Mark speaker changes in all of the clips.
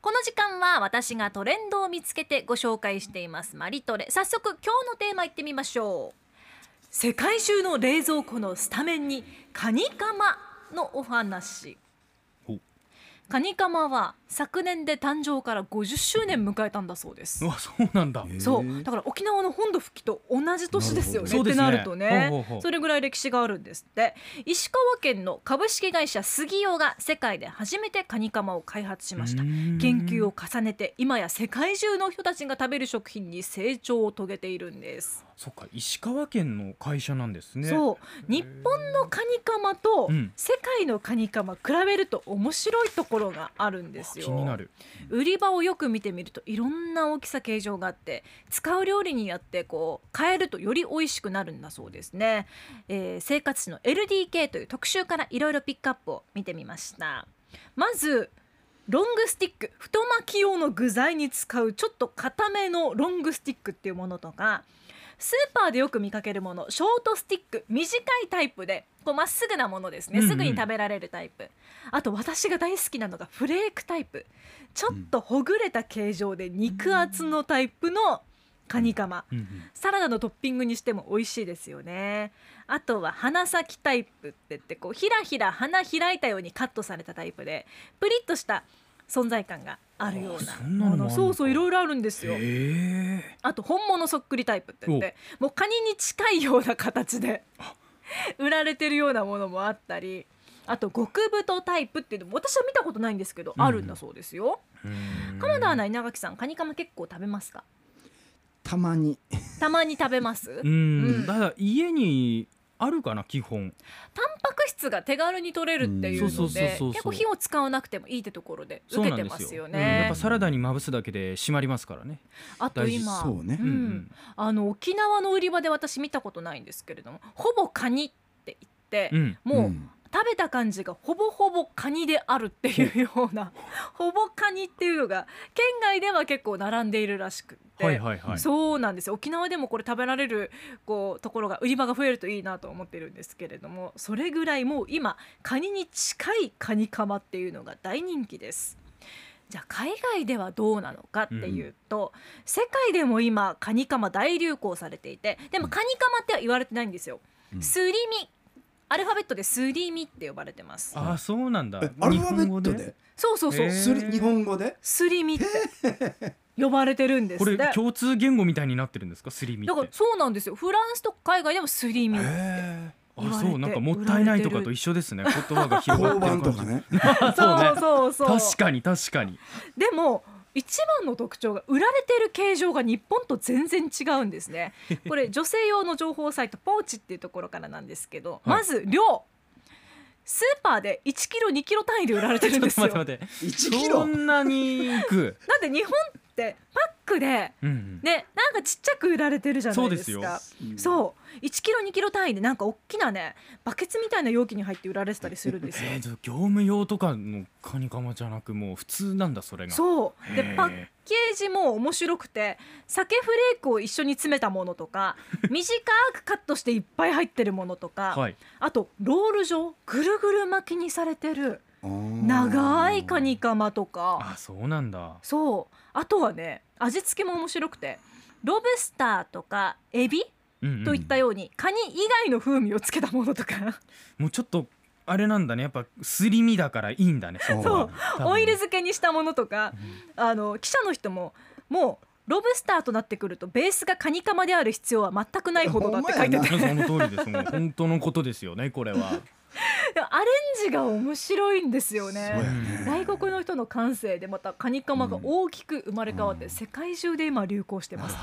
Speaker 1: この時間は私がトレンドを見つけてご紹介していますマリトレ早速今日のテーマいってみましょう世界中の冷蔵庫のスタメンにカニカマのお話
Speaker 2: お
Speaker 1: カニカマは昨年で誕生から50周年迎えたんだそうです
Speaker 2: うわそうなんだ。
Speaker 1: そうだから沖縄の本土復帰と同じ年ですよね
Speaker 2: なる
Speaker 1: っ
Speaker 2: ほど
Speaker 1: てなるとね
Speaker 2: そうですねほうほうほう
Speaker 1: それぐらい歴史があるんですって石川県の株式会社杉尾が世界で初めてカニカマを開発しました
Speaker 2: 研
Speaker 1: 研究を重ねて今や世界中の人たちが食べる食品に成長を遂げているんです、
Speaker 2: そっか石川県の会社なんですね。う。
Speaker 1: そう日本のカニカマと
Speaker 2: うん
Speaker 1: 世界のカニカマ比べると面白いところがあるんですよ
Speaker 2: 気になる。
Speaker 1: 売り場をよく見てみるといろんな大きさ形状があって使う料理によってこう変えるとより美味しくなるんだそうですね、えー生活誌の LDK という特集からいろいろピックアップを見てみましたまずロングスティック太巻き用の具材に使うちょっと固めのロングスティックっていうものとかスーパーでよく見かけるものショートスティック短いタイプでこうまっすぐなものですね
Speaker 2: うんうん
Speaker 1: すぐに食べられるタイプ、あと私が大好きなのがフレークタイプちょっとほぐれた形状で肉厚のタイプのカニカマ、
Speaker 2: うんうん
Speaker 1: サラダのトッピングにしても美味しいですよねあとは花咲きタイプって言ってこうひらひら花開いたようにカットされたタイプでプリッとした存在感があるような
Speaker 2: あそんなのもあるのか
Speaker 1: そうそういろいろあるんですよ
Speaker 2: へえ。
Speaker 1: あと本物そっくりタイプって言ってもうカニに近いような形で 売られてるようなものもあったりあと極太タイプっていうのも私は見たことないんですけど、あるんだそうですよ
Speaker 2: うん
Speaker 1: 鎌田アナ稲垣さんカニカマ結構食べますか
Speaker 3: たまに
Speaker 1: たまに食べます
Speaker 2: う
Speaker 1: うん
Speaker 2: ん。ただ家にあるかな基本。
Speaker 1: タンパク質が手軽に取れるっていう
Speaker 3: うんそ
Speaker 1: の
Speaker 3: うそ
Speaker 2: そう
Speaker 3: う
Speaker 1: で
Speaker 2: そう
Speaker 1: 結構火を使わなくてもいいってところで
Speaker 2: そう
Speaker 1: 受
Speaker 2: な
Speaker 1: けて
Speaker 2: ん
Speaker 1: ま
Speaker 2: です
Speaker 1: すよ
Speaker 2: よ。うんやっ
Speaker 1: ね
Speaker 2: ぱ。サラダにまぶすだけで締まりますからね。
Speaker 1: あと今、
Speaker 3: そうね
Speaker 1: う
Speaker 2: うんん
Speaker 1: あの沖縄の売り場で私見たことないんですけれどもほぼカニって言って
Speaker 2: う、ん。
Speaker 1: もう、
Speaker 3: ん
Speaker 1: 食べた感じがほぼほぼカニであるっていうようなほぼカニっていうのが県外では結構並んでいるらしくって。
Speaker 2: はいはいはい。
Speaker 1: そうなんですよ沖縄でもこれ食べられるこうところが売り場が増えるといいなと思ってるんですけれどもそれぐらいもう今カニに近いカニカマっていうのが大人気です。じゃあ海外ではどうなのかっていうと、世界でも今カニカマ大流行されていてでもカニカマっては言われてないんですよ。
Speaker 3: うん
Speaker 1: スリミアルファベットでスリミって呼ばれてます。
Speaker 2: あそうなんだ
Speaker 3: え。アルファベ
Speaker 2: 日本語
Speaker 3: ットで
Speaker 1: そうそうそう、
Speaker 2: へー
Speaker 3: すり日本語で
Speaker 1: スリミって呼ばれてるんです
Speaker 2: こ
Speaker 1: ね。
Speaker 2: れ
Speaker 1: だか
Speaker 2: 共通言語みたいになってるんですかスリミっ
Speaker 1: ら
Speaker 2: て。
Speaker 1: そうなんですよフランスとか海外でもスリミ。
Speaker 3: え
Speaker 1: 言
Speaker 2: あ
Speaker 1: われて
Speaker 2: そうなんかもったいないとかと一 緒ですね。言葉が広がっ
Speaker 3: 交
Speaker 2: てる感
Speaker 3: 番
Speaker 2: じ
Speaker 3: とか。ね
Speaker 2: そうね
Speaker 1: そうそうそう
Speaker 2: 確かに確かに。
Speaker 1: でも一番の特徴が売られてる形状が日本と全然違うんです ねこれ女性用の情報サイトポーチっていうところからなんですけど、
Speaker 2: はい
Speaker 1: まず量スーパーで1キロ2キロ単位で売られてるん です
Speaker 2: ちょ
Speaker 1: よ
Speaker 2: っと
Speaker 1: だっ
Speaker 2: 待って待って。
Speaker 3: 1キロ
Speaker 2: そんなに 行く。
Speaker 1: て日本ってパックで
Speaker 2: うんうん。
Speaker 1: ねなんかちっちゃく売られてるじゃないです
Speaker 2: そう
Speaker 1: か
Speaker 2: で
Speaker 1: そう1キロ2キロ単位でなんか大きなねバケツみたいな容器に入って売られてたりするん ですよ
Speaker 2: えー、業務用とかのカニカマじゃなくもう普通なんだそれが
Speaker 1: そうで
Speaker 2: へー
Speaker 1: パッケージも面白くて鮭フレークを一緒に詰めたものと か短くカットしていっぱい入ってるものとか、
Speaker 2: はい
Speaker 1: あとロール状ぐるぐる巻きにされてる
Speaker 3: うん
Speaker 1: 長いカニカマとか
Speaker 2: あそうなんだ
Speaker 1: そうあとはね味付けも面白くてロブスターとかエビ
Speaker 2: うんうん
Speaker 1: といったように、カニ以外の風味をつけたものとか
Speaker 2: もうちょっとあれなんだねやっぱすり身だからいいんだね
Speaker 3: そう
Speaker 2: こは多分
Speaker 1: オイル漬けにしたものとかあの記者の人ももうロブスターとなってくるとベースがカニカマである必要は全くないほどだって書いて
Speaker 3: ほんまやな
Speaker 1: て
Speaker 2: その通りですもう本当のことですよねこれは
Speaker 1: で もアレンジが面白いんですよ
Speaker 3: そうや
Speaker 1: ね。
Speaker 3: ね
Speaker 1: 外国の人の感性でまたカニカマが大きく生まれ変わって世界中で今流行してます。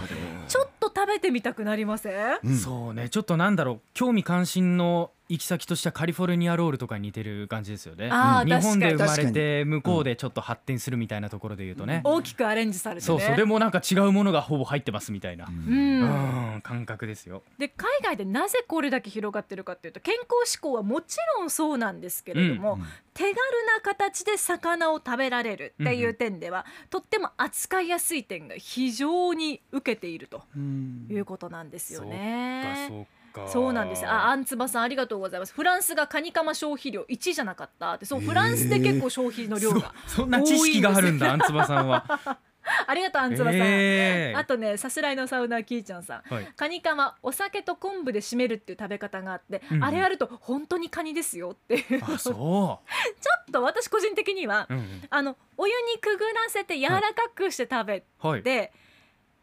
Speaker 1: ちょっと食べてみたくなりません？
Speaker 3: うん
Speaker 2: そうねちょっとなんだろう興味関心の行き先としてはカリフォルニアロールとかに似てる感じですよね
Speaker 1: あー
Speaker 2: 日本で
Speaker 1: 確かに
Speaker 2: 生まれ
Speaker 3: 確
Speaker 2: て向こうでちょっと発展するみたいなところで言うとね、
Speaker 1: 大きくアレンジされてね。
Speaker 2: そうそうでもなんか違うものがほぼ入ってますみたいな、
Speaker 1: う。
Speaker 2: うんん、感覚ですよ
Speaker 1: で海外でなぜこれだけ広がってるかっていうと健康志向はもちろんそうなんですけれども、
Speaker 3: うんうん
Speaker 1: 手軽な形で魚を食べられるっていう点では、とっても扱いやすい点が非常に受けていると
Speaker 3: うん
Speaker 1: いうことなんですよ
Speaker 2: そっか
Speaker 1: ね。
Speaker 2: そっか
Speaker 1: そうなんですあアンツバさんありがとうございますフランスがカニカマ消費量1位じゃなかったってそうフランスで結構消費の量が、
Speaker 2: すごいそんな知識があるんだ
Speaker 1: 多
Speaker 2: アンツバさんは
Speaker 1: ありが とうアンツバさん、
Speaker 2: えー
Speaker 1: あとねさすらいのサウナーキーちゃんさん
Speaker 2: はい
Speaker 1: カニカマお酒と昆布で締めるっていう食べ方があって、
Speaker 2: うんうん
Speaker 1: あれやると本当にカニですよっていうち ょ
Speaker 2: あそ
Speaker 1: っと私個人的には、
Speaker 2: う、うんうん
Speaker 1: あのお湯にくぐらせて柔らかくして食べ
Speaker 2: はい
Speaker 1: て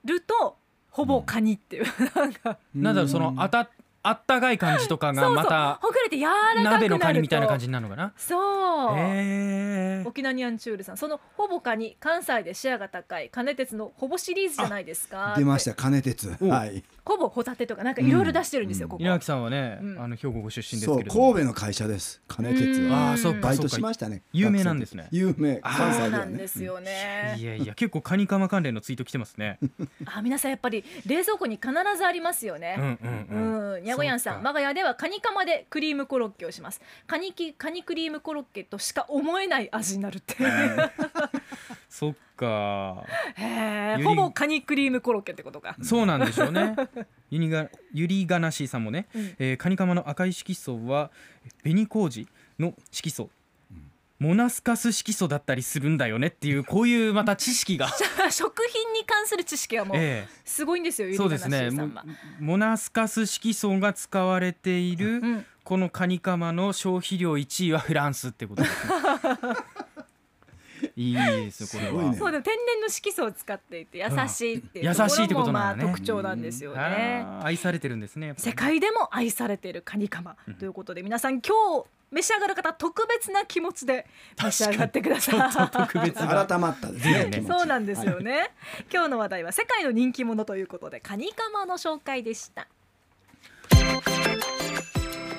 Speaker 1: ると、ほぼカニっていう、なんか
Speaker 2: なんだろうそのあたあったかい感じとかがまた
Speaker 1: ほぐれて柔らかくなると
Speaker 2: 鍋のカニみたいな感じになるのかな
Speaker 1: そう、
Speaker 2: えー
Speaker 1: 沖縄ニャンチュールさんそのほぼカニ関西でシェアが高い金鉄のほぼシリーズじゃないですか
Speaker 3: 出ました金鉄
Speaker 2: お
Speaker 3: はい
Speaker 1: ほぼホタテとかなんかいろいろ出してるんですよ、
Speaker 3: うん
Speaker 1: ここ
Speaker 2: 稲垣さんはね、
Speaker 1: うん
Speaker 2: あの兵庫ご出身です
Speaker 3: そう
Speaker 2: けれども
Speaker 3: 神戸の会社です金鉄
Speaker 1: うん
Speaker 3: は
Speaker 2: ああそうか
Speaker 3: バイ
Speaker 2: そう
Speaker 3: ト
Speaker 2: か
Speaker 3: しましたね
Speaker 2: 有名なんですね
Speaker 3: 有名
Speaker 2: あー
Speaker 3: 関
Speaker 1: そう
Speaker 3: 西で
Speaker 1: な
Speaker 3: は
Speaker 1: ん
Speaker 3: ね
Speaker 1: ですよね
Speaker 2: いやいや結構カニカマ関連のツイート来てますね。
Speaker 1: あ皆さんやっぱり冷蔵庫に必ずありますよ
Speaker 2: う
Speaker 1: ね。
Speaker 2: んうん
Speaker 1: う
Speaker 2: うん。
Speaker 1: ん、にゃごやんさ
Speaker 2: そうんか
Speaker 1: 我が家ではカニカマでクリームコロッケをしますカニキカニクリームコロッケとしか思えない味になるって
Speaker 2: そっか。
Speaker 1: へえ
Speaker 2: ゆり
Speaker 1: ほぼカニクリームコロッケってことか
Speaker 2: そうなんでしょ うね。ユニガユリガナシーさんもね、
Speaker 1: うん
Speaker 2: えーカニカマの赤い色素は紅麹の色素。モナスカス色素だったりするんだよねっ ていうこういうまた知識が、
Speaker 1: 食品に関する知識はもう
Speaker 2: え
Speaker 1: すごいんですよ
Speaker 2: え
Speaker 1: ゆり
Speaker 2: そう
Speaker 1: か
Speaker 2: で
Speaker 1: な
Speaker 2: す
Speaker 1: し
Speaker 2: ね
Speaker 1: ーさ
Speaker 2: モ
Speaker 1: んは、
Speaker 2: モナスカス色素が使われている
Speaker 1: うん、
Speaker 2: このカニカマの消費量1位はフランスってこと ですねいいですよこれは
Speaker 3: すごいね
Speaker 1: そうでも天然の色素を使っていて優しいっていううんと
Speaker 2: 優しいって
Speaker 1: こ
Speaker 2: こ
Speaker 1: ろも
Speaker 2: と
Speaker 1: ま
Speaker 2: な
Speaker 1: あ
Speaker 2: んだね
Speaker 1: 特徴なんですよね。
Speaker 2: あー愛されてるんですねやっぱり
Speaker 1: 世界でも愛されているカニカマということで、皆さん今日召し上がる方特別な気持ちで召し上がってください。
Speaker 2: ちょっと特別な
Speaker 3: 改まったですね
Speaker 2: ね
Speaker 3: 気持 ち
Speaker 1: そうなんですよね、今日の話題は世界の人気者ということでカニカマの紹介でした